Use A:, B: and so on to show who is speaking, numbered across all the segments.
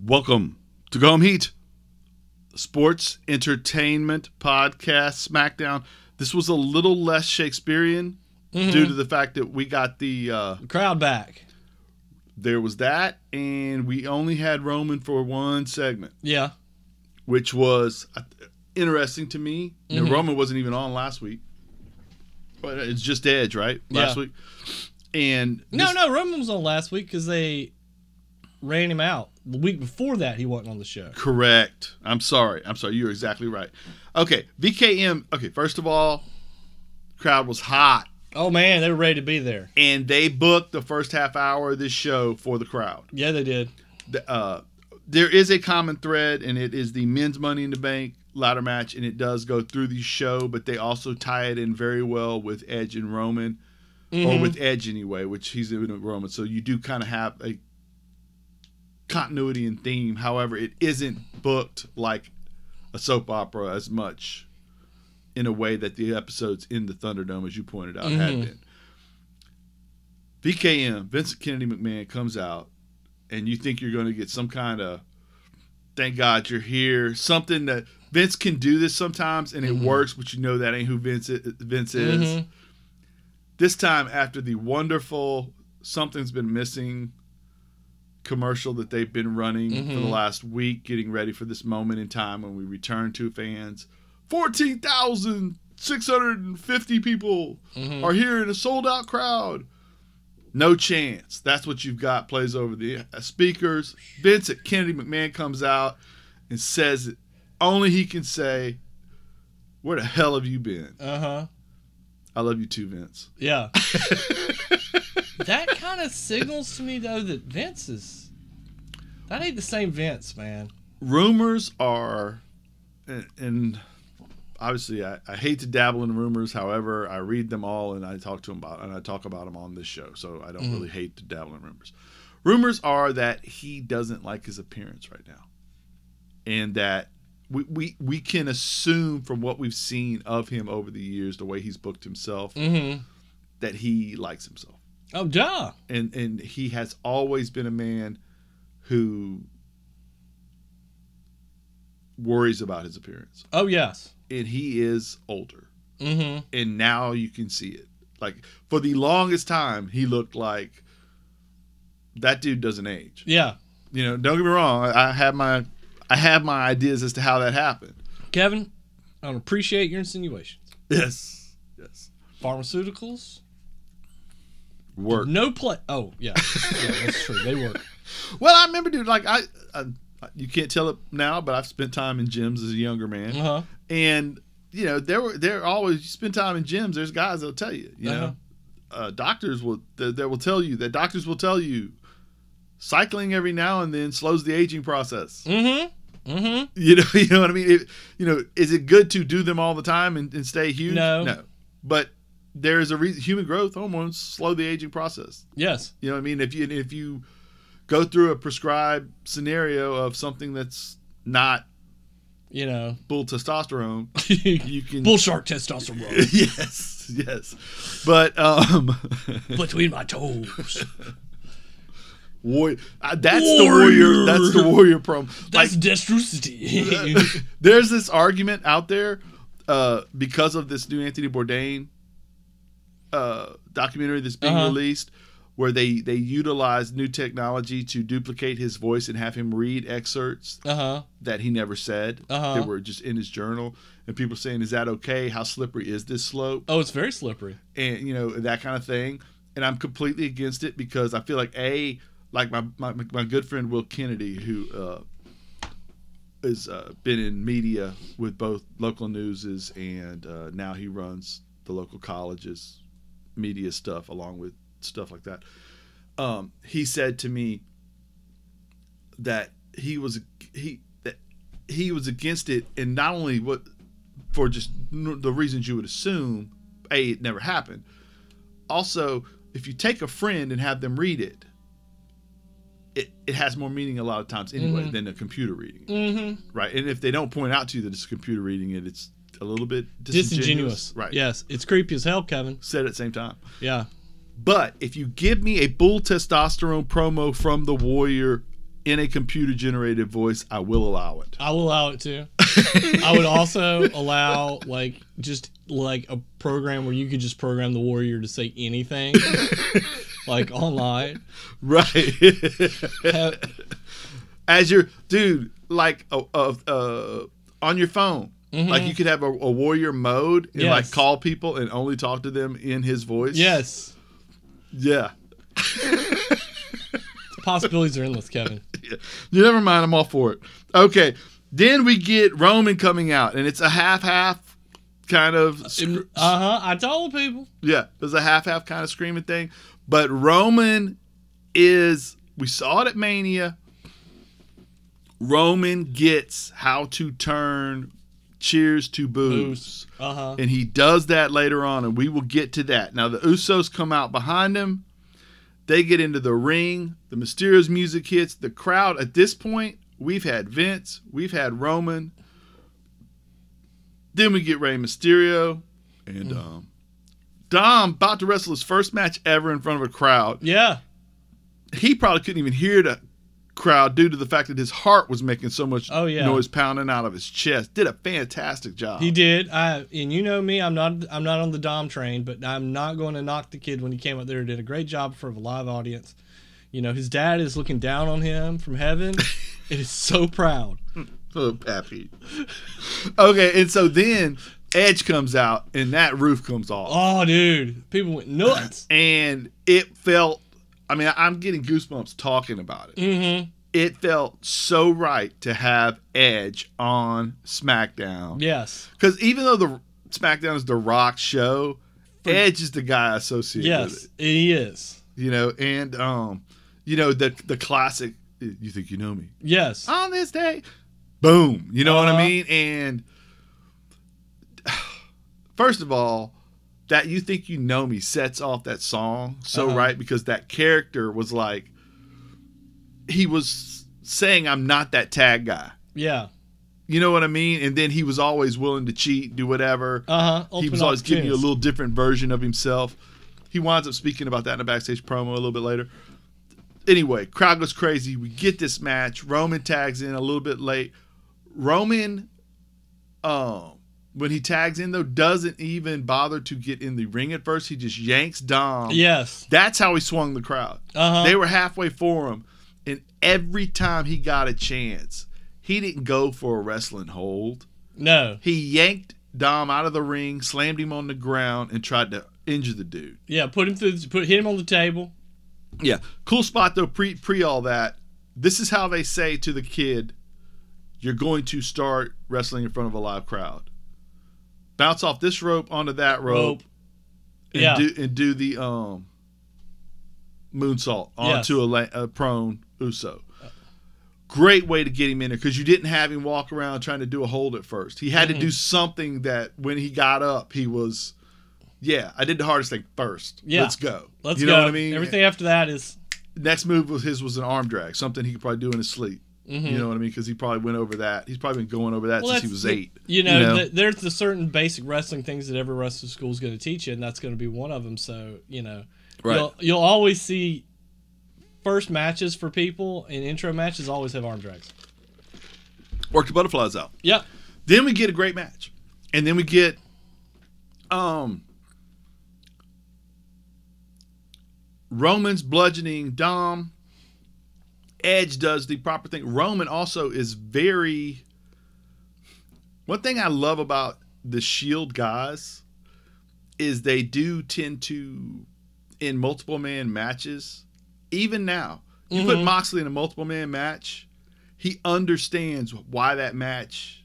A: Welcome to Go Home Heat, sports entertainment podcast SmackDown. This was a little less Shakespearean
B: Mm-hmm.
A: due to the fact that we got the uh,
B: Crowd back.
A: there was that, and we only had Roman for one segment,
B: Yeah.
A: which was uh, interesting to me. You know,
B: Mm-hmm.
A: Roman wasn't even on last week, but it's just Edge, right? Last
B: Yeah.
A: week, and
B: No,
A: this-
B: no, Roman was on last week because they ran him out. The week before that, he wasn't on the show.
A: Correct. I'm sorry. I'm sorry. You're exactly right. Okay. VKM. Okay. First of all, crowd was hot,
B: Oh man, they were ready to be there.
A: and they booked the first half hour of this show for the crowd.
B: Yeah, they did.
A: The, uh, there is a common thread, and it is the men's Money in the Bank ladder match, and it does go through the show, but they also tie it in very well with Edge and Roman, or with Edge anyway, which he's in with Roman. So you do kind of have a continuity and theme. However, it isn't booked like a soap opera as much in a way that the episodes in the Thunderdome, as you pointed out, had been. VKM, Vincent Kennedy McMahon comes out, and you think you're going to get some kind of thank God you're here, something that Vince can do this sometimes and it works, but you know that ain't who Vince is, Vince is.
B: Mhm.
A: This time, after the wonderful something's been missing commercial that they've been running for the last week, getting ready for this moment in time when we return to fans. 14,650 people
B: Hmm. Mm-hmm.
A: are here in a sold out crowd. No chance. That's what you've got. Plays over the uh, speakers. Vincent Kennedy McMahon comes out and says it. Only he can say, Where the hell have you been?
B: Uh huh.
A: I love you too, Vince.
B: Yeah. that kind of signals to me though that Vince is. That ain't the same Vince, man.
A: rumors are and, and obviously I, I hate to dabble in rumors however i read them all and i talk to them about and i talk about them on this show so i don't really hate to dabble in rumors rumors are that he doesn't like his appearance right now and that we, we, we can assume from what we've seen of him over the years the way he's booked himself
B: Mm-hmm.
A: that he likes himself
B: Oh, duh.
A: and and he has always been a man who worries about his appearance
B: Oh yes.
A: and he is older
B: Mm-hmm.
A: and now you can see it like for the longest time he looked like that dude doesn't age
B: Yeah.
A: you know don't get me wrong i I have my i have my ideas as to how that happened
B: Kevin, I don't appreciate your insinuations.
A: yes yes
B: Pharmaceuticals,
A: work
B: no play. Oh yeah, yeah, that's true. They work.
A: well i remember dude like i, I you can't tell it now but i've spent time in gyms as a younger man
B: Uh huh.
A: and you know there were there are always you spend time in gyms there's guys that'll tell you you know uh, doctors will that that will tell you that doctors will tell you cycling every now and then slows the aging process
B: Mm-hmm. Mm-hmm.
A: you know you know what i mean it, you know is it good to do them all the time and, and stay huge
B: No.
A: no but there is a reason human growth hormones slow the aging process
B: Yes.
A: you know what I mean? If you if you go through a prescribed scenario of something that's not
B: You know.
A: bull testosterone, you can
B: Bull shark testosterone
A: yes, yes. But um
B: between my toes.
A: war- uh, that's the warrior
B: Warrior.
A: that's the warrior problem. Like
B: That's dexterity.
A: there's this argument out there uh because of this new Anthony Bourdain uh documentary that's being
B: Uh-huh.
A: released where they they utilize new technology to duplicate his voice and have him read excerpts
B: uh huh.
A: that he never said
B: Uh-huh.
A: that were just in his journal and people saying is that okay how slippery is this slope
B: Oh, it's very slippery.
A: and you know that kind of thing and i'm completely against it because i feel like a like my my, my good friend will kennedy who uh has uh, been in media with both local newses and uh, now he runs the local colleges media stuff along with stuff like that um, he said to me that he was he that he was against it and not only what for just n- the reasons you would assume a it never happened also if you take a friend and have them read it it, it has more meaning a lot of times anyway than a computer reading it,
B: Mm-hmm.
A: right and if they don't point out to you that it's a computer reading it it's a little bit disingenuous,
B: Disingenuous.
A: right
B: Yes, it's creepy as hell, Kevin.
A: said at the same time
B: Yeah.
A: but if you give me a bull testosterone promo from the warrior in a computer generated voice, I will allow it.
B: I will allow it too. I would also allow like just like a program where you could just program the warrior to say anything, like online.
A: Right.
B: Have,
A: As your dude, like uh, uh, uh, on your phone. Like you could have a, a warrior mode and like
B: Mm-hmm. Yes.
A: call people and only talk to them in his voice.
B: yes,
A: Yeah.
B: the possibilities are endless, Kevin.
A: Yeah, never mind. I'm all for it. Okay. Then we get Roman coming out, and it's a half half kind of.
B: Uh
A: Sc-
B: huh. I told people.
A: yeah, there's a half half kind of screaming thing. But Roman is. We saw it at Mania. Roman gets how to turn cheers to booze.
B: Uh huh.
A: And he does that later on, and we will get to that. Now, the Usos come out behind him. They get into the ring. The Mysterios music hits. The crowd at this point, we've had Vince, we've had Roman. Then we get Rey Mysterio
B: Mm.
A: and um, Dom about to wrestle his first match ever in front of a crowd.
B: Yeah.
A: He probably couldn't even hear the crowd due to the fact that his heart was making so much
B: Oh, yeah.
A: noise pounding out of his chest. Did a fantastic job.
B: He did. I and you know me, I'm not I'm not on the Dom train, but I'm not going to knock the kid when he came up there. Did a great job for a live audience. You know, his dad is looking down on him from heaven. it is so proud.
A: So happy. Okay, and so then Edge comes out and that roof comes off.
B: Oh, dude, people went nuts.
A: And it felt I mean, I'm getting goosebumps talking about it.
B: Mm-hmm.
A: It felt so right to have Edge on SmackDown.
B: Yes.
A: Because even though the SmackDown is the rock show, Edge is the guy associated with
B: Yes,
A: it.
B: he is.
A: You know, and um, you know, the the classic you think you know me.
B: Yes.
A: on this day. Boom. You know what
B: Uh-huh.
A: I mean? And first of all, that you think you know me sets off that song so
B: Uh-huh.
A: right because that character was like he was saying I'm not that tag guy.
B: Yeah.
A: You know what I mean? And then he was always willing to cheat, do whatever.
B: Uh huh.
A: he was always giving you a little different version of himself. He winds up speaking about that in a backstage promo a little bit later. Anyway, crowd goes crazy. We get this match. Roman tags in a little bit late. Roman, um, when he tags in though, doesn't even bother to get in the ring at first. He just yanks Dom.
B: Yes.
A: That's how he swung the crowd.
B: Uh
A: They
B: huh.
A: were halfway for him, and every time he got a chance, he didn't go for a wrestling hold.
B: No.
A: He yanked Dom out of the ring, slammed him on the ground, and tried to injure the dude.
B: Yeah. Put him through. Put hit him on the table.
A: Yeah. Cool spot though, pre pre all that. This is how they say to the kid, you're going to start wrestling in front of a live crowd. Bounce off this rope onto that rope,
B: Rope.
A: and
B: Yeah.
A: do and do the um moonsault onto a, la- a prone Uso. Great way to get him in there because you didn't have him walk around trying to do a hold at first. He had
B: Mhm.
A: to do something that when he got up, he was, yeah, I did the hardest thing first.
B: Yeah.
A: Let's go.
B: Let's
A: you
B: go.
A: know what I mean?
B: Everything after that is.
A: Next move was his was an arm drag, something he could probably do in his sleep.
B: mhm.
A: You know what I mean? Because he probably went over that. He's probably been going over that
B: Well,
A: since he
B: that's
A: was
B: the-
A: eight.
B: You know,
A: you know?
B: th- there's the certain basic wrestling things that every wrestling school is going to teach you, and that's going to be one of them. So, you know, you'll, you'll always see first matches for people and intro matches always have arm drags.
A: Worked the butterflies out.
B: Yep.
A: Then we get a great match, and then we get, um, Roman's bludgeoning Dom. Edge does the proper thing. Roman also is very. One thing I love about the Shield E guys is they do tend to, in multiple man matches, even now, you put
B: Mhm.
A: Moxley in a multiple man match, he understands why that match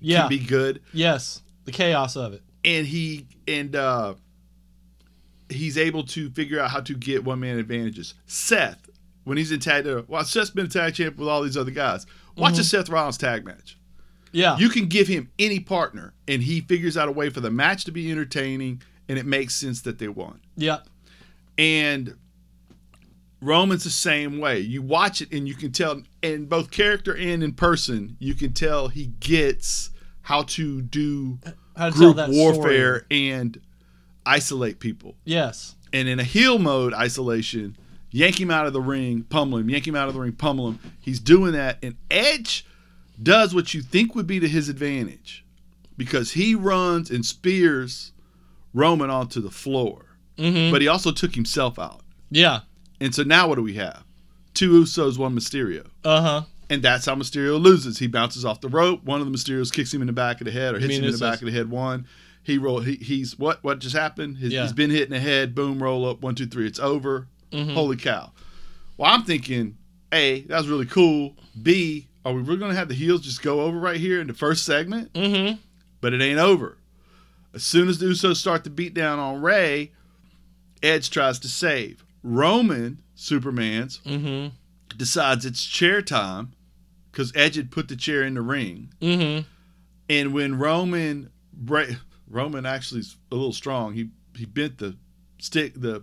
B: Yeah.
A: can be good.
B: yes. The chaos of it.
A: And he and uh he's able to figure out how to get one man advantages. Seth, when he's in tag, they're, well, Seth's been a tag champ with all these other guys. Watch a Seth Rollins tag match.
B: Yeah.
A: You can give him any partner, and he figures out a way for the match to be entertaining, and it makes sense that they won.
B: yep.
A: And Roman's the same way. You watch it, and you can tell, in both character and in person, you can tell he gets how to do
B: How to tell
A: group
B: that
A: warfare
B: story.
A: and isolate people.
B: Yes.
A: And in a heel mode isolation, yank him out of the ring, pummel him, yank him out of the ring, pummel him. He's doing that, and Edge does what you think would be to his advantage because he runs and spears Roman onto the floor,
B: Mm-hmm.
A: but he also took himself out.
B: Yeah.
A: And so now what do we have? Two Usos, one Mysterio.
B: Uh huh.
A: And that's how Mysterio loses. He bounces off the rope. One of the Mysterios kicks him in the back of the head or hits
B: mean
A: him in the
B: this
A: back
B: is-
A: of the head. One, he roll. He, he's what? What just happened? His,
B: Yeah.
A: He's been hit in the head. Boom, roll up. One, two, three. It's over.
B: Mm-hmm.
A: Holy cow! Well, I'm thinking, a that was really cool. B, are we really gonna have the heels just go over right here in the first segment?
B: Mm hmm.
A: But it ain't over. As soon as the Usos start to beat down on Ray, Edge tries to save Roman. Superman's
B: Mm
A: decides it's chair time because Edge had put the chair in the ring.
B: hmm. Mm
A: And when Roman bra- Roman actually is a little strong. He he bent the stick the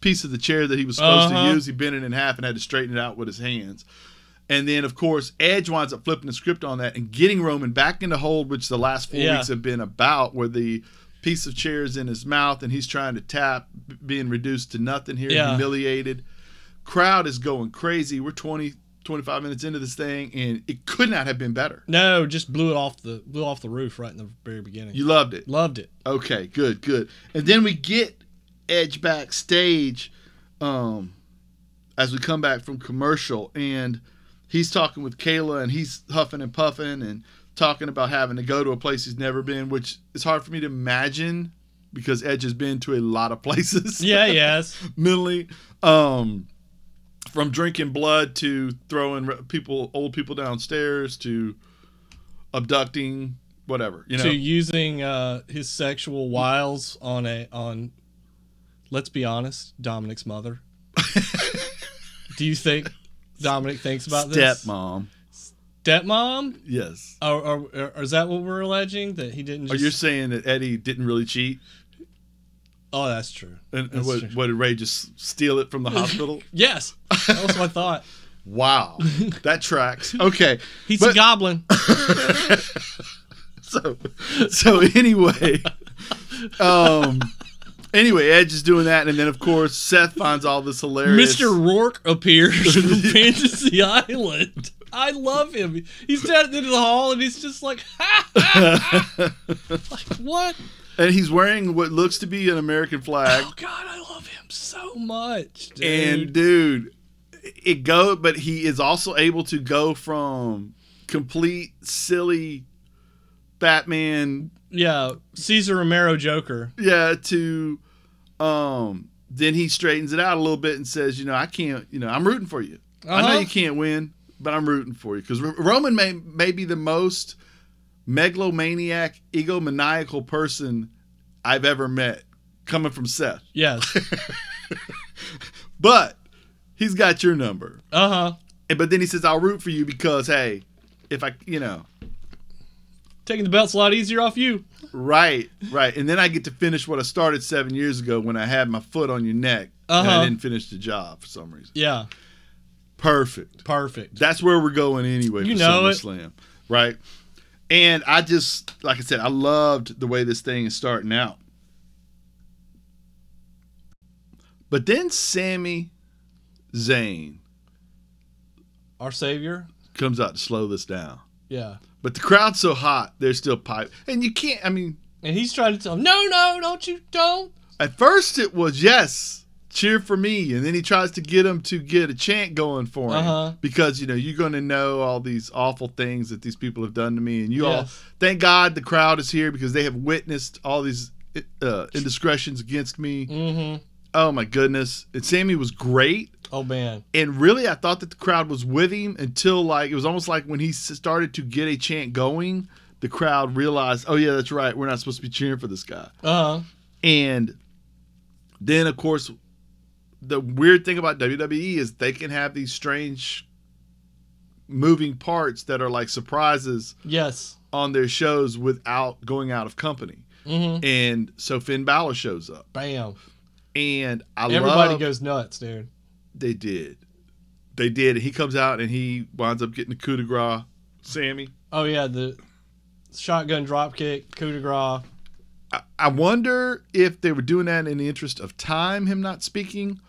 A: piece of the chair that he was supposed
B: Uh-huh.
A: to use. He bent it in half and had to straighten it out with his hands. And then of course Edge winds up flipping the script on that and getting Roman back into hold, which the last four
B: Yeah.
A: weeks have been about, where the piece of chair is in his mouth and he's trying to tap, b- being reduced to nothing here,
B: Yeah.
A: humiliated. Crowd is going crazy. We're 20, 25 minutes into this thing, and it could not have been better.
B: hmm. No, just blew it off the blew off the roof right in the very beginning.
A: You loved it.
B: Loved it.
A: Okay, good, good. And then we get Edge backstage um, as we come back from commercial, and he's talking with Kayla, and he's huffing and puffing and talking about having to go to a place he's never been, which is hard for me to imagine because Edge has been to a lot of places
B: Yeah. Yes.
A: mentally. Um, from drinking blood to throwing re- people, old people downstairs to abducting, whatever. You know,
B: to using uh, his sexual wiles on a on let's be honest dominic's mother do you think dominic thinks about this
A: stepmom.
B: stepmom
A: Yes.
B: or, or, or is that what we're alleging that he didn't
A: Are
B: just
A: you saying that Eddie didn't really cheat?
B: oh that's true
A: And, and
B: That's
A: what,
B: true.
A: what did Ray just steal it from the hospital?
B: yes that was my thought
A: wow, that tracks. Okay,
B: he's a
A: But-
B: goblin
A: so so anyway, um, anyway, Edge is doing that, and then of course Seth finds all this hilarious.
B: mr rourke appears from fantasy island i love him he's down at the end of the hall and he's just like ha, ha, like what
A: and he's wearing what looks to be an American flag.
B: Oh God, I love him so much, dude.
A: and Oh, dude, it go, but he is also able to go from complete silly Batman
B: yeah, Caesar Romero Joker.
A: yeah to um then he straightens it out a little bit and says you know i can't you know i'm rooting for you i
B: Uh-huh.
A: know you can't win but i'm rooting for you because roman may, may be the most megalomaniac egomaniacal person i've ever met coming from seth
B: Yes.
A: but he's got your number
B: Uh huh.
A: and but then he says i'll root for you because hey if i you know
B: Taking the belt's a lot easier off you.
A: Right, right. And then I get to finish what I started seven years ago when I had my foot on your neck and I
B: Uh-huh.
A: didn't finish the job for some reason.
B: Yeah.
A: Perfect.
B: Perfect.
A: That's where we're going anyway
B: You
A: for
B: know it.
A: SummerSlam. Right. And I just like I said, I loved the way this thing is starting out. But then Sammy Zayn
B: Our savior.
A: comes out to slow this down.
B: Yeah.
A: But the crowd's so hot, they're still pipe. And you can't I mean,
B: And he's trying to tell him, no, no, don't you, don't.
A: At first, it was yes, cheer for me, and then he tries to get him to get a chant going for him
B: Uh-huh.
A: because you know you're going to know all these awful things that these people have done to me, and you all
B: Yes.
A: thank God the crowd is here because they have witnessed all these uh, indiscretions against me.
B: Mm-hmm.
A: Oh my goodness! And Sammy was great.
B: Oh man.
A: And really, I thought that the crowd was with him until like it was almost like when he s- started to get a chant going, the crowd realized, oh yeah, that's right, we're not supposed to be cheering for this guy.
B: Uh huh.
A: And then, of course, the weird thing about WWE is they can have these strange moving parts that are like surprises
B: Yes.
A: on their shows without going out of company.
B: Mm-hmm.
A: And so Finn Balor shows up,
B: Bam.
A: and I
B: Everybody
A: love
B: goes nuts, dude.
A: they did, they did. And he comes out and he winds up getting the coup de grace, Sammy.
B: Oh yeah, the shotgun dropkick, coup de grace.
A: I- I wonder if they were doing that in the interest of time, him not speaking,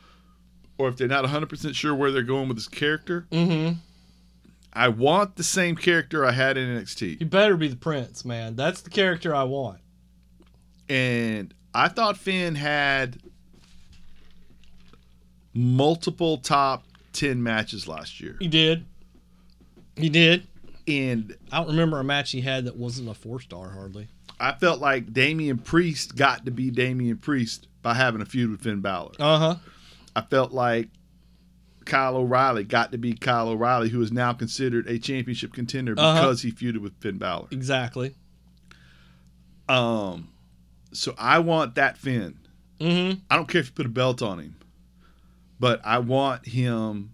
A: or if they're not 100% sure where they're going with this character,
B: Mm-hmm.
A: I want the same character I had in NXT.
B: He better be the prince, man. That's the character I want.
A: And I thought Finn had multiple top 10 matches last year.
B: He did. He did.
A: And
B: I don't remember a match he had that wasn't a four star hardly.
A: I felt like Damian Priest got to be Damian Priest by having a feud with Finn Balor.
B: Uh huh.
A: I felt like Kyle O'Reilly got to be Kyle O'Reilly, who is now considered a championship contender
B: Uh-huh.
A: because he feuded with Finn Balor.
B: Exactly.
A: Um, so I want that Finn.
B: Mm
A: I don't care if you put a belt on him, but I want him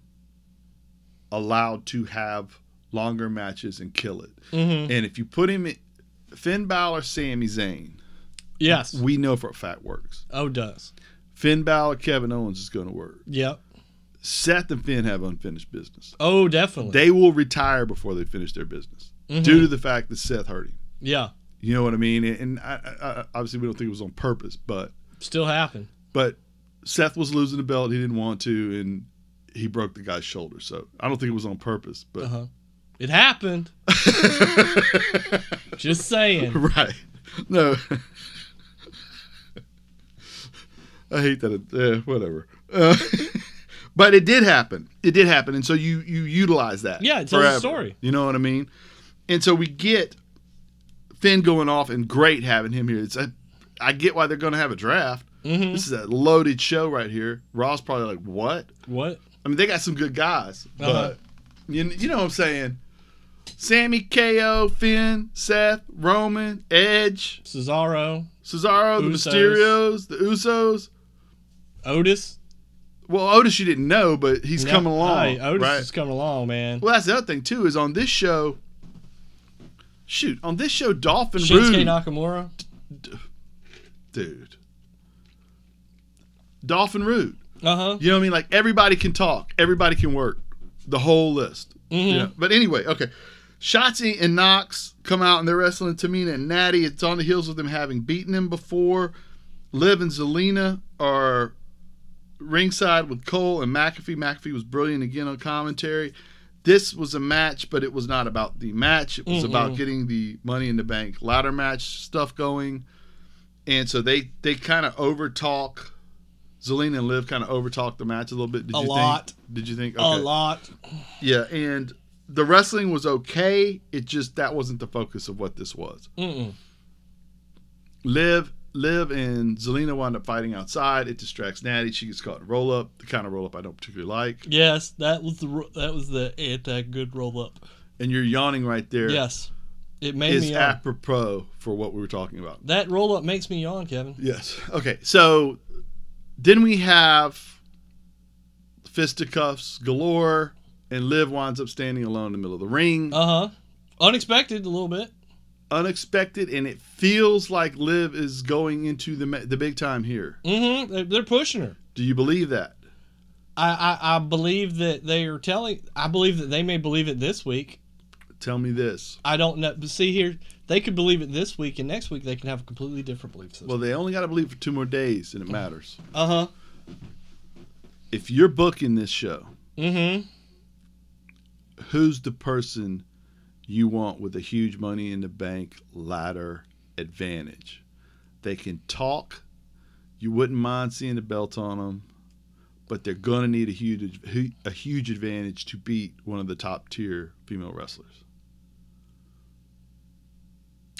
A: allowed to have longer matches and kill it.
B: hmm. Mm hmm.
A: And if you put him, in, Finn Balor, Sami Zayn,
B: Yes.
A: we know for a fact works.
B: Oh, does.
A: Finn Balor, Kevin Owens is going to work.
B: Yep.
A: Seth and Finn have unfinished business.
B: Oh, definitely.
A: They will retire before they finish their business
B: Mhm.
A: due to the fact that Seth hurt him.
B: yeah.
A: You know what I mean? And- And I, I, I- obviously, we don't think it was on purpose, but
B: Still happen.
A: but Seth was losing the belt. He didn't want to, and he broke the guy's shoulder. So I don't think it was on purpose, but
B: Uh huh. It happened. Just saying.
A: right, no. I hate that. It, eh, whatever. Uh, but it did happen. It did happen, and so you you utilize that.
B: Yeah, it tells the
A: forever.
B: story.
A: You know what I mean? And so we get Finn going off, and great having him here. It's a, I get why they're going to have a draft.
B: Mm
A: This is a loaded show right here. Raw's probably like, what?
B: hmm. What?
A: I mean, they got some good guys, but
B: Uh-huh.
A: you, you know what I'm saying? Sammy, KO, Finn, Seth, Roman, Edge,
B: Cesaro.
A: Cesaro,
B: Usos.
A: the Mysterios, the Usos.
B: Otis.
A: Well, Otis, you didn't know, but he's
B: Yeah.
A: coming along,
B: Hey, Otis
A: right?
B: is coming along, man.
A: well, that's the other thing too is on this show. Shoot, on this show, Dolphin
B: Shinsuke
A: Rude,
B: Nakamura.
A: dude. Dolphin Rude.
B: Uh huh.
A: You know what I mean? Like everybody can talk, everybody can work. The whole list.
B: Mhm.
A: Yeah. But anyway, okay. Shotzi and Knox come out and they're wrestling Tamina and Natty. It's on the heels of them having beaten them before. Liv and Zelina are ringside with Cole and McAfee. McAfee was brilliant again on commentary. This was a match, but it was not about the match. It was about getting the Money in the Bank ladder match stuff going. And so they they kind of overtalk. Zelina and Liv kind of overtalked the match a little bit. Did
B: A
A: you
B: lot.
A: Think, did you think?
B: A lot.
A: Yeah, and the wrestling was okay. It just that wasn't the focus of what this was.
B: Mm-mm.
A: Liv, Liv, and Zelina wind up fighting outside. It distracts Natty. She gets caught in a roll up, the kind of roll up I don't particularly like.
B: Yes, that was the ro- that was the it that good roll up.
A: And you're yawning right there.
B: Yes, it made
A: is
B: me yawn.
A: apropos for what we were talking about.
B: that roll up makes me yawn, Kevin.
A: Yes. Okay. So then we have fisticuffs galore, and Liv winds up standing alone in the middle of the ring.
B: Uh huh. Unexpected a little bit.
A: unexpected, and it feels like Liv is going into the ma- the big time here.
B: Mm-hmm. They're, they're pushing her.
A: Do you believe that?
B: I, I I believe that they are telling. I believe that they may believe it this week.
A: Tell me this.
B: I don't know. But see here, they could believe it this week, and next week they can have a completely different belief system.
A: Well, they only got to believe for two more days, and it matters.
B: uh huh.
A: If you're booking this show,
B: Mm-hmm.
A: who's the person you want with a huge money in the bank ladder advantage? They can talk. You wouldn't mind seeing the belt on them, but they're gonna need a huge hu- a huge advantage to beat one of the top tier female wrestlers.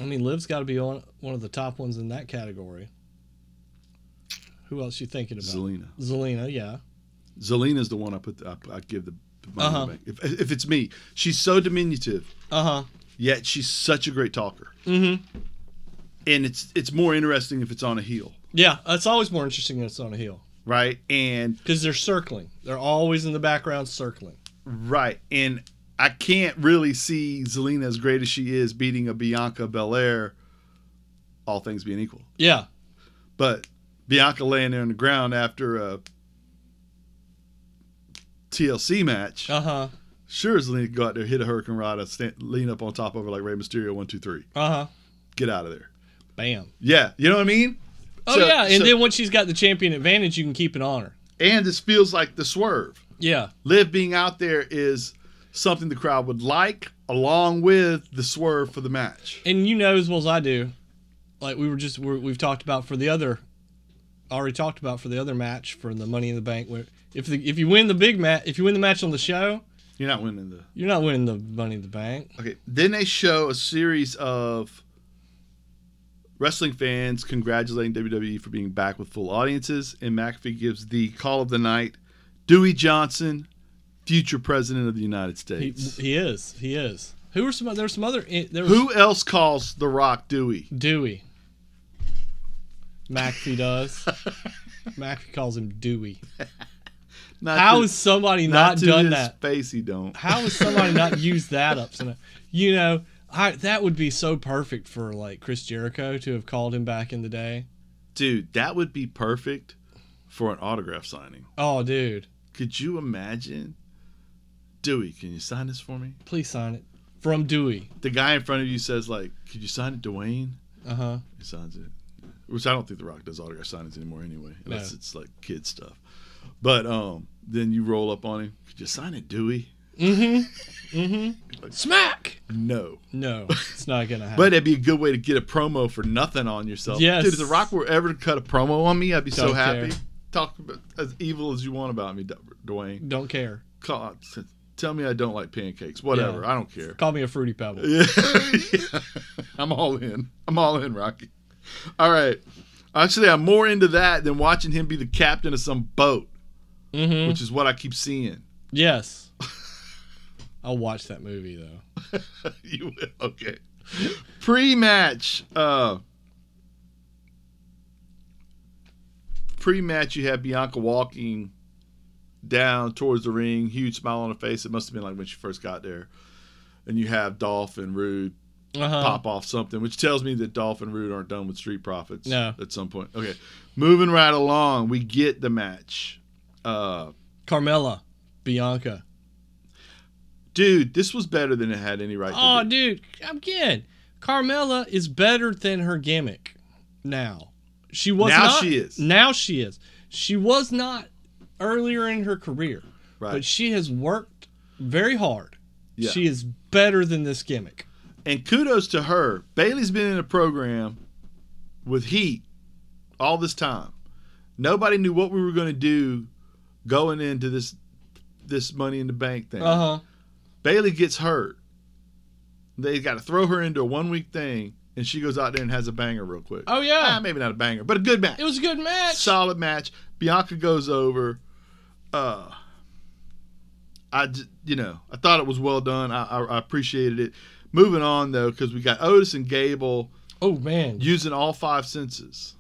B: I mean, Liv's got to be on one of the top ones in that category. Who else you thinking about?
A: Zelina.
B: Zelina, yeah.
A: Zelina's the one I put. The, I, I give the. the money
B: Uh-huh.
A: back. If, if it's me, she's so diminutive,
B: Uh huh.
A: yet she's such a great talker,
B: Mm-hmm.
A: and it's it's more interesting if it's on a heel,
B: Yeah, it's always more interesting when it's on a heel
A: right? And
B: because they're circling. They're always in the background circling.
A: right, and I can't really see Zelina as great as she is beating a Bianca Belair, all things being equal.
B: Yeah.
A: But Bianca laying there on the ground after a TLC match,
B: Uh huh.
A: sure as Zelina could go out there, hit a Hurricane Rana, stand, lean up on top of her like Rey Mysterio, one, two, three,
B: Uh huh.
A: get out of there.
B: Bam.
A: Yeah, you know what I mean.
B: Oh
A: So-
B: yeah, and
A: so-
B: then once she's got the champion advantage, you can keep it on her.
A: And this feels like the swerve.
B: Yeah.
A: Live being out there is something the crowd would like, along with the swerve for the match.
B: And you know as well as I do, like we were just we're, we've talked about for the other, already talked about for the other match for the Money in the Bank. Where if the if you win the big match, if you win the match on the show,
A: You're not winning the.
B: you're not winning the Money in the Bank.
A: Okay. Then they show a series of wrestling fans congratulating WWE for being back with full audiences, and McAfee gives the call of the night Dewey Johnson, future president of the United
B: He,
A: States.
B: he is. He is. Who were some? There's some other. eh, There was
A: Who else calls The Rock Dewey?
B: Dewey. McAfee does. McAfee calls him Dewey.
A: Not
B: How
A: to-
B: has somebody not, done
A: his
B: that?
A: Face, he don't.
B: How has somebody not used that up? So, you know, I that would be so perfect for like Chris Jericho to have called him back in the day.
A: Dude, that would be perfect for an autograph signing.
B: Oh, dude,
A: Could you imagine? Dewey, can you sign this for me?
B: please sign it from Dewey.
A: The guy in front of you says, like, could you sign it, Dwayne?
B: Uh huh.
A: He signs it. Which I don't think The Rock does autograph signings anymore anyway, unless
B: No.
A: it's like kid stuff. But um, then you roll up on him. Could you sign it, Dewey?
B: Mm-hmm. Smack.
A: No.
B: No, it's not gonna happen.
A: But it'd be a good way to get a promo for nothing on yourself.
B: Yes.
A: Dude, if The Rock were ever to cut a promo on me, I'd be so
B: Don't
A: happy.
B: care.
A: Talk about as evil as you want about me, D- Dwayne.
B: don't care.
A: Call, tell me I don't like pancakes. Whatever.
B: Yeah.
A: I don't care.
B: Call me a fruity pebble.
A: Yeah. I'm all in. I'm all in, Rocky. All right. Actually, I'm more into that than watching him be the captain of some boat,
B: Mm-hmm.
A: which is what I keep seeing.
B: Yes. I'll watch that movie though.
A: you will. Okay. Pre-match. Uh, pre-match, you have Bianca walking down towards the ring, huge smile on her face. It must have been like when she first got there. And you have Dolph and Rude
B: Uh-huh.
A: pop off something, which tells me that Dolph and Rude aren't done with Street Profits
B: No.
A: at some point. Okay. Moving right along, we get the match. Uh
B: Carmella, Bianca.
A: dude, this was better than it had any right
B: Oh,
A: to be.
B: dude, again, Carmella is better than her gimmick. Now, she was
A: Now
B: not-
A: she is.
B: Now she is. She was not earlier in her career,
A: Right.
B: but she has worked very hard.
A: Yeah.
B: She is better than this gimmick.
A: and kudos to her. Bailey's been in a program with heat all this time. Nobody knew what we were going to do going into this this money in the bank thing.
B: Uh huh.
A: Bailey gets hurt. They got to throw her into a one week thing, and she goes out there and has a banger real quick.
B: Oh yeah,
A: Ah, maybe not a banger, but a good match.
B: it was a good match.
A: solid match. Bianca goes over. Uh, I j- you know I thought it was well done. I, I, I appreciated it. Moving on though, because we got Otis and Gable
B: oh man,
A: using all five senses.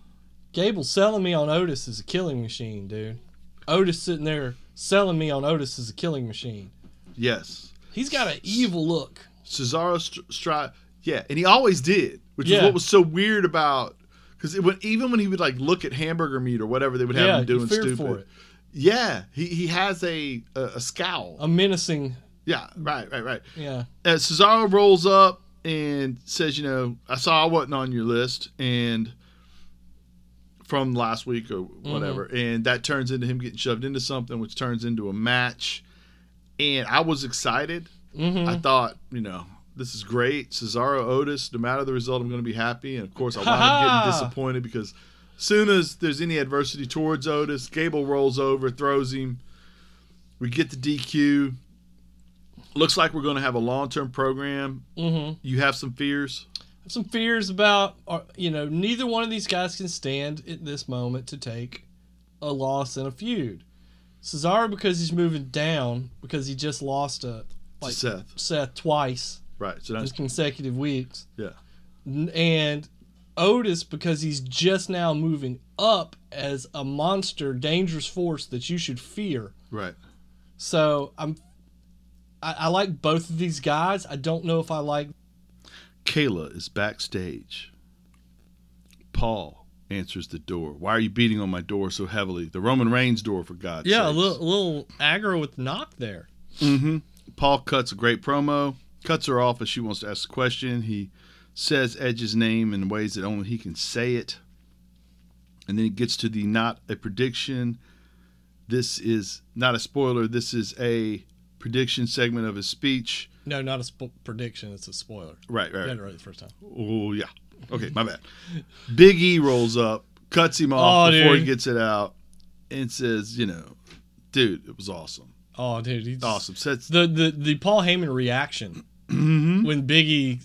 B: Gable selling me on Otis is a killing machine, dude. Otis sitting there selling me on Otis is a killing machine.
A: Yes,
B: He's got an evil look.
A: Cesaro Str- Stri- Yeah, and he always did, which is
B: Yeah.
A: what was so weird about. Because would even when he would like look at hamburger meat or whatever, they would have
B: yeah,
A: him
B: you
A: doing
B: feared
A: stupid.
B: for it.
A: Yeah, he, he has a, a a scowl.
B: A menacing,
A: yeah, right, right, right.
B: yeah.
A: uh, Cesaro rolls up and says, "You know, I saw I wasn't on your list, and from last week or whatever, and that turns into him getting shoved into something, which turns into a match. And I was excited.
B: Mm-hmm.
A: I thought, you know, this is great. Cesaro Otis. No matter the result, I'm going to be happy. And of course, I wound up
B: Ha-ha!
A: getting disappointed because soon as there's any adversity towards Otis, Gable rolls over, throws him. We get the DQ. Looks like we're going to have a long term program.
B: mm-hmm.
A: You have some fears.
B: Some fears about, uh, you know, neither one of these guys can stand at this moment to take a loss in a feud. Cesaro because he's moving down because he just lost a
A: to
B: like
A: Seth.
B: Seth twice
A: Right. So
B: in
A: that's
B: consecutive weeks.
A: Yeah.
B: N- And Otis because he's just now moving up as a monster, dangerous force that you should fear.
A: right.
B: So I'm, I, I like both of these guys. I don't know if I like
A: Kayla is backstage. Paul answers the door. Why are you beating on my door so heavily? The Roman Reigns door, for God's
B: Yeah, a
A: sakes.
B: little, little aggro with knock there.
A: hmm Paul cuts a great promo, cuts her off as she wants to ask a question. He says Edge's name in ways that only he can say it. And then he gets to the not a prediction. This is not a spoiler. This is a prediction segment of his speech.
B: No, not a sp- prediction. It's a spoiler.
A: Right,
B: You
A: right.
B: had it
A: right.
B: right the first time.
A: Oh yeah. Okay, my bad. Big E rolls up, cuts him off
B: Oh,
A: before he
B: dude.
A: gets it out, and says, "You know, dude, it was awesome.
B: Oh, dude, he's
A: Awesome." Sets.
B: The the the Paul Heyman reaction
A: Mhm.
B: when Biggie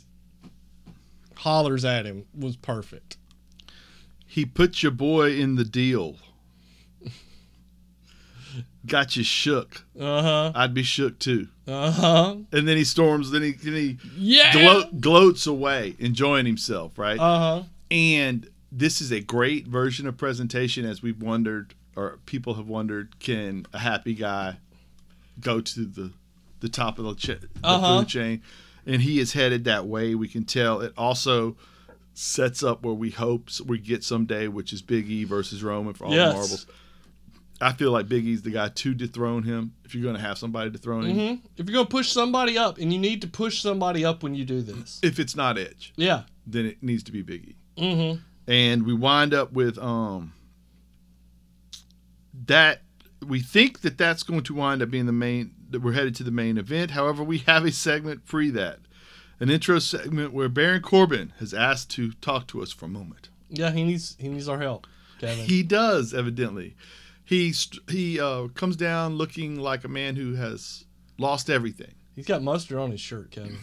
B: hollers at him was perfect.
A: He put your boy in the deal. Got you shook.
B: Uh huh.
A: I'd be shook too.
B: Uh huh.
A: And then he storms. Then he then he
B: Yeah.
A: glo- gloats away, enjoying himself. Right.
B: uh huh.
A: and this is a great version of presentation as we've wondered or people have wondered can a happy guy go to the the top of the, cha- the
B: Uh-huh.
A: food chain and he is headed that way we can tell it also sets up where we hope s- we get someday which is big e versus roman for all
B: Yes.
A: the marbles i feel like big e's the guy to dethrone him if you're going to have somebody dethrone him
B: hmm If you're gonna push somebody up, and you need to push somebody up when you do this.
A: if it's not edge
B: Yeah.
A: then it needs to be big e
B: Mm-hmm.
A: and we wind up with um that we think that that's going to wind up being the main that we're headed to the main event however we have a segment pre that an intro segment where baron corbin has asked to talk to us for a moment
B: Yeah. He needs he needs our help, Kevin.
A: he does evidently he st- he uh, comes down looking like a man who has lost everything
B: He's got mustard on his shirt, Kevin.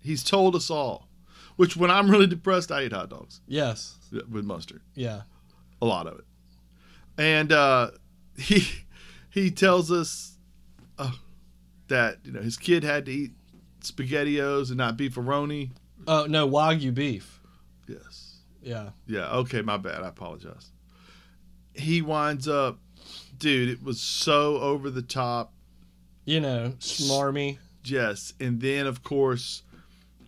A: he's told us all which when i'm really depressed i eat hot dogs
B: Yes.
A: with mustard
B: Yeah.
A: a lot of it. And uh, he he tells us uh, that you know his kid had to eat spaghettios and not beefaroni.
B: Oh no, wagyu beef.
A: Yes.
B: Yeah.
A: Yeah. Okay. My bad. I apologize. He winds up, dude. It was so over the top.
B: You know, smarmy.
A: Yes. And then of course,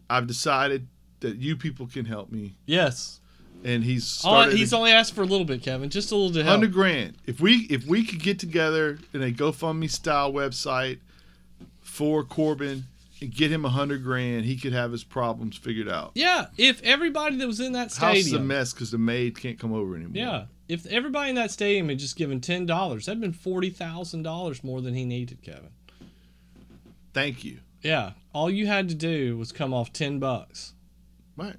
A: I've decided that you people can help me.
B: Yes.
A: And he's
B: All,
A: started
B: he's only asked for a little bit, Kevin. Just a little to help.
A: Hundred grand. If we if we could get together in a GoFundMe style website for Corbin and get him a hundred grand, he could have his problems figured out.
B: Yeah, if everybody that was in that
A: House is a
B: stadium,
A: mess because the maid can't come over anymore.
B: yeah, if everybody in that stadium had just given ten dollars, that'd been forty thousand dollars more than he needed, Kevin.
A: Thank you.
B: Yeah, all you had to do was come off ten bucks.
A: Right.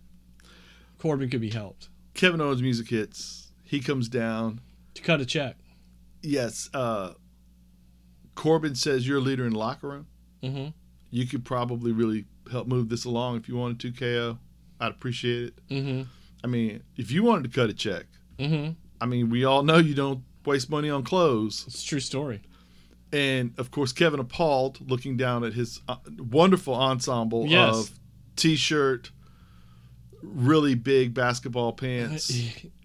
B: Corbin could be helped
A: Kevin Owens music hits. He comes down.
B: to cut a check.
A: Yes. Uh, Corbin says you're a leader in the locker room.
B: Mm-hmm.
A: You could probably really help move this along if you wanted to, KO. I'd appreciate it.
B: Mm-hmm.
A: I mean, if you wanted to cut a check,
B: Mm-hmm.
A: I mean, we all know you don't waste money on clothes.
B: It's a true story.
A: and of course Kevin appalled looking down at his uh, wonderful ensemble
B: Yes.
A: of t-shirt, really big basketball pants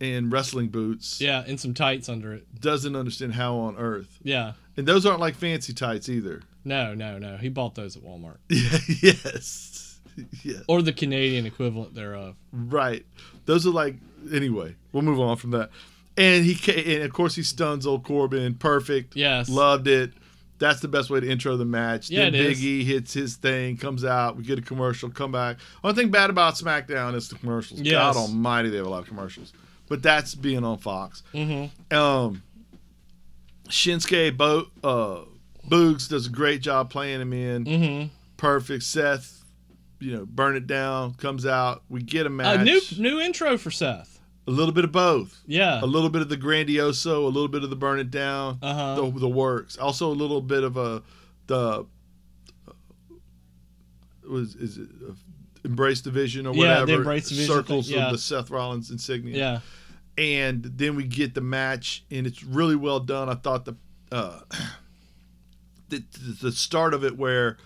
A: and wrestling boots.
B: Uh, yeah, and some tights under it.
A: Doesn't understand how on earth.
B: Yeah.
A: And those aren't like fancy tights either.
B: No, no, no. He bought those at Walmart
A: yes. Yeah.
B: or the Canadian equivalent thereof.
A: Right. Those are like anyway, we'll move on from that. And he ca- and of course he stuns old Corbin. Perfect.
B: Yes.
A: Loved it. That's the best way to intro the match.
B: Yeah,
A: then
B: it
A: Big
B: is.
A: E hits his thing, comes out, we get a commercial, come back. One thing bad about SmackDown is the commercials.
B: Yes.
A: God almighty, they have a lot of commercials. But that's being on Fox.
B: Mm-hmm.
A: Um Shinsuke Bo uh Boogs does a great job playing him in.
B: Mm-hmm.
A: Perfect. Seth, you know, burn it down, comes out. We get a match.
B: A new new intro for Seth.
A: A little bit of both.
B: Yeah.
A: A little bit of the grandioso, a little bit of the burn it down,
B: Uh-huh.
A: the, the works. Also a little bit of a the was is it uh, embrace division or
B: Yeah, the
A: whatever
B: Embrace Division
A: circles
B: thing, yeah.
A: of the Seth Rollins insignia.
B: Yeah.
A: And then we get the match, and it's really well done. I thought the uh, the, the start of it where.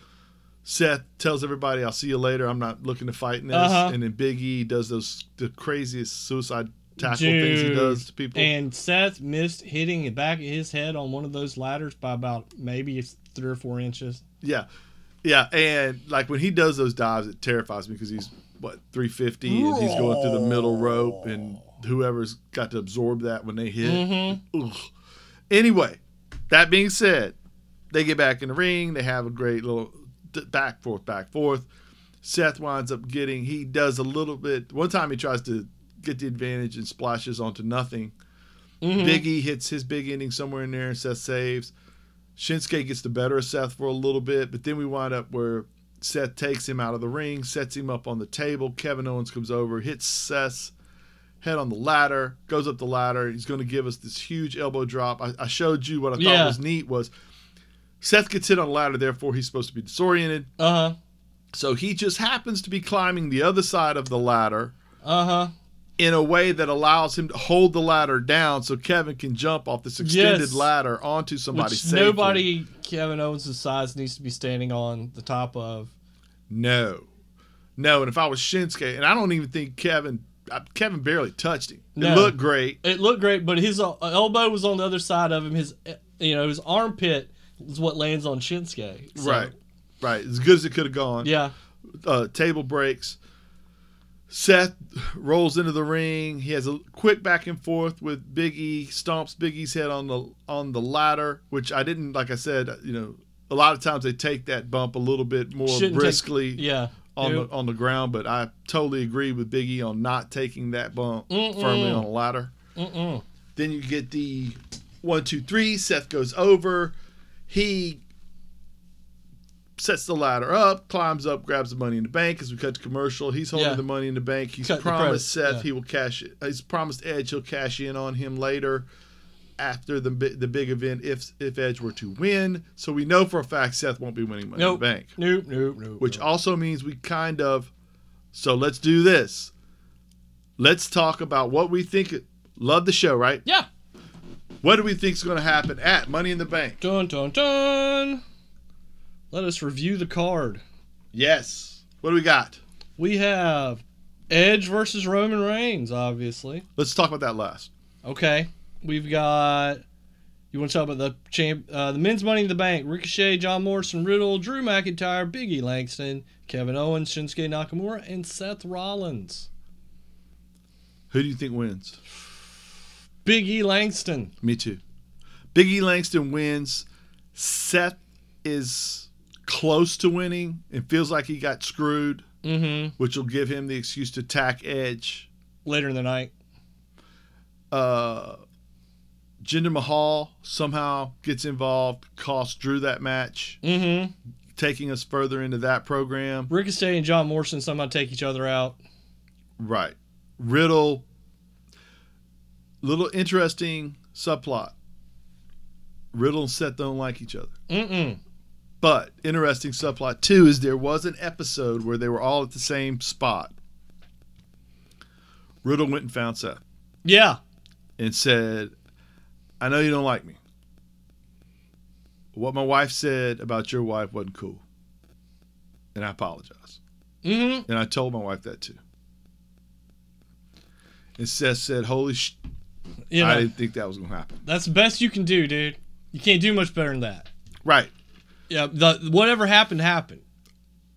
A: Seth tells everybody, "I'll see you later. I'm not looking to fight in this."
B: Uh-huh.
A: And then Big E does those the craziest suicide tackle things he
B: Dude.
A: does to people.
B: And Seth missed hitting the back of his head on one of those ladders by about maybe it's three or four inches.
A: Yeah, yeah, and like when he does those dives, it terrifies me because he's what 350 and he's going through the middle rope, and whoever's got to absorb that when they hit.
B: Mm-hmm.
A: Ugh. Anyway, that being said, they get back in the ring. They have a great little th- back forth, back forth. Seth winds up getting. He does a little bit. One time he tries to get the advantage and splashes onto nothing.
B: Mhm.
A: Biggie hits his big ending somewhere in there, and Seth saves. Shinsuke gets the better of Seth for a little bit, but then we wind up where Seth takes him out of the ring, sets him up on the table. Kevin Owens comes over, hits Seth's head on the ladder, goes up the ladder. He's going to give us this huge elbow drop. I, I showed you what I thought
B: Yeah.
A: was neat was Seth gets hit on a ladder, therefore he's supposed to be disoriented.
B: Uh huh.
A: So he just happens to be climbing the other side of the ladder
B: Uh huh.
A: in a way that allows him to hold the ladder down so Kevin can jump off this extended
B: Yes.
A: ladder onto somebody
B: Which
A: safely.
B: nobody Kevin Owens' size needs to be standing on the top of.
A: No. No, and if I was Shinsuke, and I don't even think Kevin I- Kevin barely touched him.
B: No.
A: It looked great.
B: It looked great, but his uh, elbow was on the other side of him. His, uh, you know, his armpit is what lands on Shinsuke. So,
A: Right. Right. As good as it could have gone.
B: Yeah.
A: uh, table breaks. Seth rolls into the ring. He has a quick back and forth with Big E. Stomps Big E's head on the on the ladder, which I didn't like. I said, you know, a lot of times they take that bump a little bit more
B: Shouldn't take-
A: briskly
B: Yeah.
A: on
B: Nope.
A: the on the ground, but I totally agree with Big E on not taking that bump
B: Mm-mm.
A: firmly on a ladder.
B: Mm-mm.
A: Then you get the one, two, three. Seth goes over. He sets the ladder up, climbs up, grabs the money in the bank. As we cut to commercial, he's holding
B: Yeah.
A: the money in the bank. He's
B: Cut the
A: promised
B: credit,
A: Seth
B: yeah.
A: he will cash it. He's promised Edge he'll cash in on him later after the bi- the big event if if Edge were to win. So we know for a fact Seth won't be winning money
B: Nope.
A: in the bank
B: Nope. Nope. Nope.
A: which
B: nope.
A: also means we kind of so let's do this let's talk about what we think love the show right
B: Yeah.
A: what do we think is going to happen at money in the bank
B: Dun dun dun. Let us review the card.
A: yes what do we got
B: We have Edge versus Roman Reigns, obviously.
A: let's talk about that last
B: Okay. We've got. You want to talk about the champ, uh, the men's Money in the Bank? Ricochet, John Morrison, Riddle, Drew McIntyre, Biggie Langston, Kevin Owens, Shinsuke Nakamura, and Seth Rollins.
A: who do you think wins
B: Biggie E Langston.
A: me too biggie langston wins seth is close to winning and feels like he got screwed
B: Mm-hmm.
A: which will give him the excuse to attack edge
B: Later in the night.
A: uh Jinder Mahal somehow gets involved, costs Drew that match,
B: Mm-hmm.
A: taking us further into that program.
B: Ricochet and John Morrison somehow take each other out.
A: Right. Riddle, little interesting subplot. Riddle and Seth don't like each other.
B: Mm-mm.
A: But interesting subplot too is there was an episode where they were all at the same spot. Riddle went and found Seth
B: Yeah.
A: and said, I know you don't like me. What my wife said about your wife wasn't cool. And I apologize.
B: Mm-hmm.
A: And I told my wife that too. And Seth said, Holy sh.
B: You know,
A: I didn't think that was going to happen.
B: that's the best you can do, dude. You can't do much better than that.
A: Right.
B: Yeah. The whatever happened happened.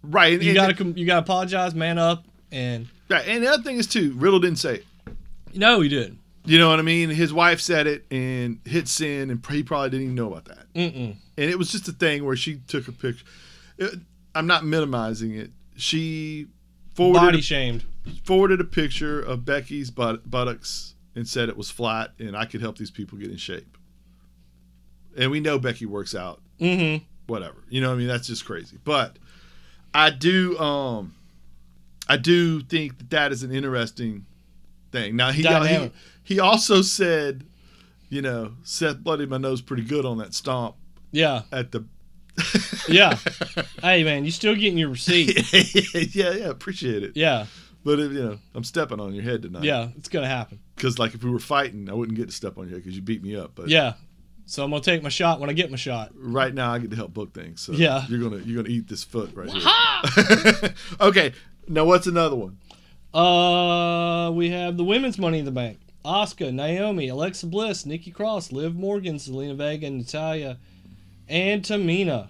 A: Right. And,
B: You
A: and,
B: gotta com- you gotta apologize, man up, and
A: right. and the other thing is, too, Riddle didn't say it.
B: no, he did.
A: You know what I mean? His wife said it and hit sin, and he probably didn't even know about that.
B: Mm-mm.
A: and it was just a thing where she took a picture. It- I'm not minimizing it. She
B: Body
A: forwarded
B: shamed.
A: forwarded a picture of Becky's butt, buttocks and said it was flat, and I could help these people get in shape. And we know Becky works out,
B: Mm-hmm.
A: whatever. You know, what I mean, that's just crazy. But I do, um, I do think that that is an interesting thing. Now he he,
B: Dynamic.
A: he also said, you know, Seth bloodied my nose pretty good on that stomp
B: Yeah.
A: at the.
B: Yeah. hey man, you still getting your receipt.
A: yeah, yeah, appreciate it.
B: Yeah.
A: But if, you know, I'm stepping on your head tonight.
B: Yeah. It's gonna happen.
A: Because like if we were fighting, I wouldn't get to step on your head because you beat me up. But
B: Yeah. So I'm gonna take my shot when I get my shot.
A: right now, I get to help book things. So
B: Yeah.
A: you're gonna you're gonna eat this foot right here. okay. Now what's another one?
B: Uh we have the women's money in the bank. Oscar, Naomi, Alexa Bliss, Nikki Cross, Liv Morgan, Selena Vega, and Natalia, and Tamina.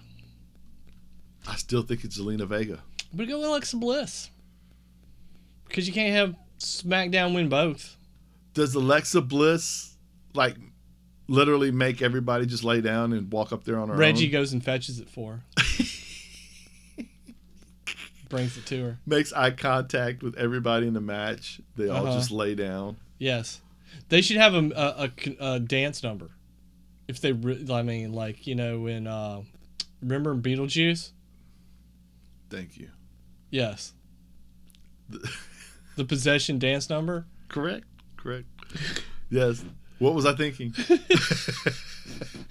A: I still think it's Zelina Vega.
B: But go with Alexa Bliss. Because you can't have SmackDown win both.
A: Does Alexa Bliss like literally make everybody just lay down and walk up there on her
B: Reggie
A: own?
B: goes and fetches it for her. Brings it to her.
A: Makes eye contact with everybody in the match. They all
B: Uh-huh.
A: just lay down.
B: Yes. They should have a a, a c- a dance number. If they, re- I mean, like you know, in uh, remember in Beetlejuice?
A: Thank you.
B: Yes. The possession dance number.
A: Correct. Correct. Yes. What was I thinking?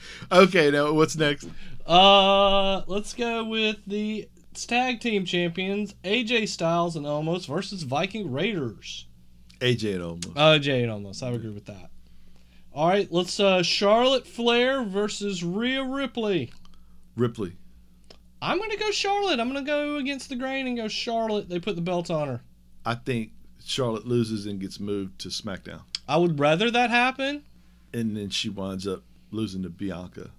A: okay, now what's next?
B: Uh, let's go with the tag team champions AJ Styles and Almost versus Viking Raiders.
A: AJ and almost.
B: Uh, Jay and Almost. I would agree with that. All right, let's uh Charlotte Flair versus Rhea Ripley.
A: Ripley.
B: I'm gonna go Charlotte. I'm gonna go against the grain and go Charlotte. They put the belt on her.
A: I think Charlotte loses and gets moved to SmackDown.
B: I would rather that happen.
A: And then she winds up losing to Bianca.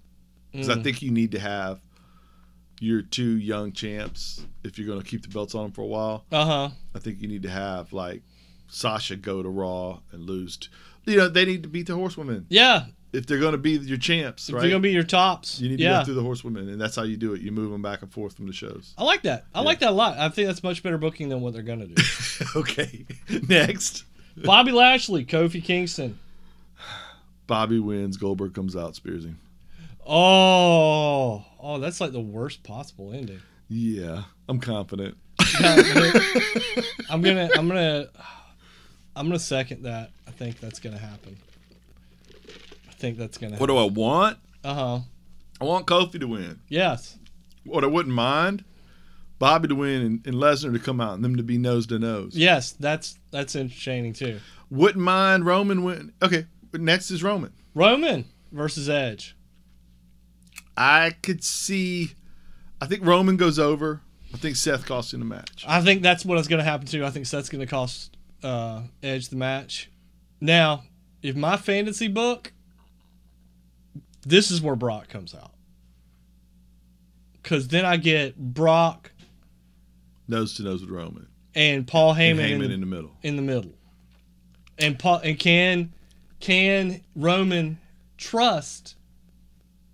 A: Because I
B: Mm.
A: think you need to have your two young champs if you're going to keep the belts on them for a while.
B: Uh huh.
A: I think you need to have like Sasha go to Raw and lose. To, you know they need to beat the Horsewomen
B: Yeah.
A: if they're going to be your champs,
B: If
A: right?
B: they're gonna be your tops,
A: you need to
B: yeah.
A: go through the Horsewomen, and that's how you do it. You move them back and forth from the shows.
B: I like that. I
A: Yeah.
B: like that a lot. I think that's much better booking than what they're gonna do.
A: okay, next.
B: Bobby Lashley, Kofi Kingston.
A: Bobby wins. Goldberg comes out, spears him.
B: Oh, oh, that's like the worst possible ending.
A: Yeah, I'm confident.
B: I'm gonna, I'm gonna, I'm gonna second that. I think that's gonna happen. I think that's gonna.
A: What
B: happen.
A: do I want?
B: Uh huh.
A: I want Kofi to win.
B: Yes.
A: What I wouldn't mind, Bobby to win and, and Lesnar to come out and them to be nose to nose.
B: Yes. That's that's entertaining too.
A: Wouldn't mind Roman win. Okay, but next is Roman.
B: Roman versus Edge.
A: I could see. I think Roman goes over. I think Seth costs him the match.
B: I think that's what is going to happen too. I think Seth's going to cost uh, Edge the match. Now, if my fantasy book, this is where Brock comes out. Because then I get Brock
A: Nose to nose with Roman.
B: and Paul
A: And
B: Heyman,
A: Heyman
B: in, the,
A: in the middle.
B: in the middle. And Paul and can can Roman trust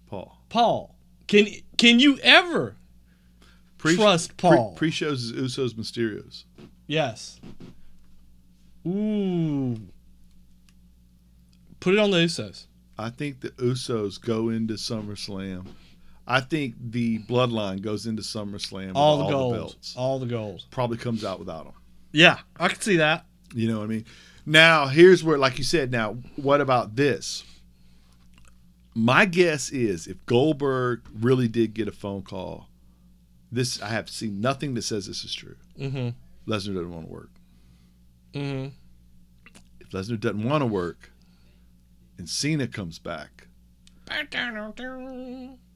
A: Paul.
B: Paul? Can can you ever? Trust Paul.
A: Pre shows is Usos Mysterios.
B: Yes. Ooh. Put it on the Usos.
A: I think the Usos go into SummerSlam. I think the Bloodline goes into SummerSlam with all,
B: all the
A: all
B: gold,
A: the belts.
B: all the gold.
A: Probably comes out without them.
B: Yeah, I can see that.
A: You know what I mean? Now, here's where, like you said, now, what about this? My guess is if Goldberg really did get a phone call, this I have seen nothing that says this is true.
B: Mm-hmm.
A: Lesnar doesn't want to work.
B: Mm-hmm.
A: If Lesnar doesn't want to work and Cena comes back,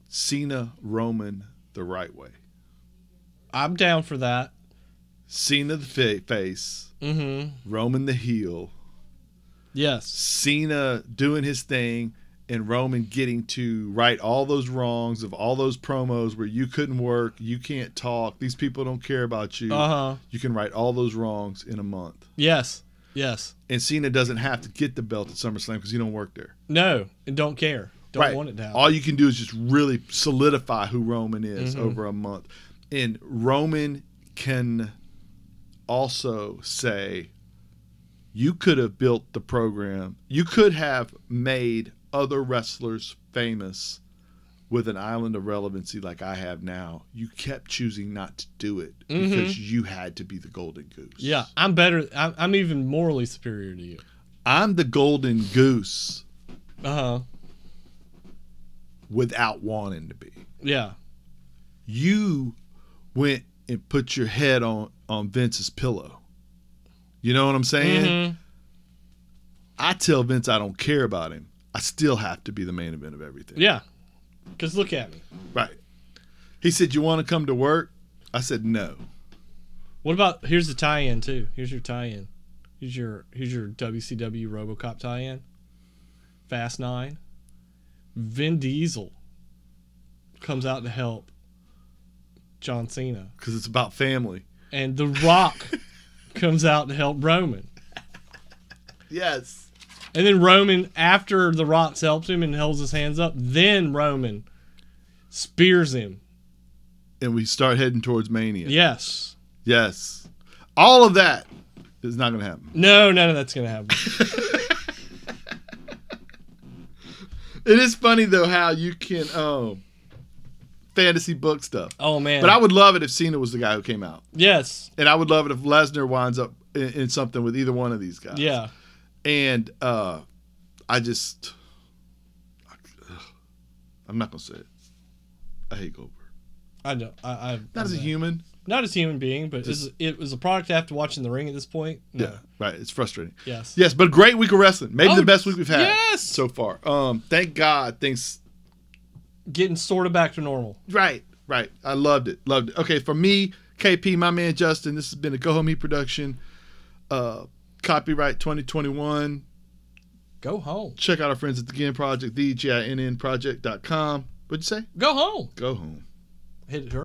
A: Cena Roman the right way.
B: I'm down for that.
A: Cena the fa- face,
B: Mm-hmm.
A: Roman the heel,
B: Yes.
A: Cena doing his thing and Roman getting to right all those wrongs of all those promos where you couldn't work, you can't talk, these people don't care about you.
B: Uh huh.
A: You can right all those wrongs in a month.
B: Yes. Yes.
A: And Cena doesn't have to get the belt at SummerSlam because he don't work there.
B: No, and don't care. Don't
A: Right.
B: want it down.
A: All you can do is just really solidify who Roman is
B: Mhm.
A: over a month. And Roman can also say, you could have built the program. You could have made other wrestlers famous with an island of relevancy like I have now. You kept choosing not to do it because you had to be the golden goose.
B: yeah, I'm better. I'm, I'm even morally superior to you.
A: I'm the golden goose
B: Uh huh.
A: without wanting to be.
B: Yeah.
A: you went and put your head on on Vince's pillow. You know what I'm saying?
B: Mhm.
A: I tell Vince I don't care about him. I still have to be the main event of everything.
B: Yeah. Cause look at me.
A: Right. He said, "You want to come to work?" I said, "No."
B: What about here's the tie-in too? Here's your tie-in. Here's your here's your WCW RoboCop tie-in. Fast Nine. Vin Diesel comes out to help John Cena,
A: Because it's about family.
B: and The Rock comes out to help Roman.
A: Yes.
B: And then Roman, after The Rock's helps him and holds his hands up, then Roman spears him.
A: And we start heading towards Mania.
B: Yes.
A: Yes. All of that is not going to happen.
B: No, none of that's gonna happen.
A: It is funny though how you can um fantasy book stuff.
B: Oh man.
A: But I would love it if Cena was the guy who came out,
B: yes.
A: and I would love it if Lesnar winds up in, in something with either one of these guys.
B: Yeah.
A: And uh, I just, I'm not gonna say it. I hate Goldberg.
B: I don't. I. I
A: Not as a
B: I'm
A: human.
B: Not as a human being, but this is, it was a product after watching the ring at this point. No.
A: Yeah. Right. It's frustrating.
B: Yes.
A: Yes, but a great week of wrestling. Maybe
B: Oh,
A: the best week we've had
B: yes!
A: so far. Um, thank God things
B: Getting sort of back to normal.
A: Right, right. I loved it. Loved it. Okay, for me, KP, my man Justin, this has been a Go Home Me production. Uh, copyright 2021.
B: Go home.
A: Check out our friends at the GIN Project, theginnproject.com. What'd you say?
B: Go home.
A: Go home.
B: Hit her.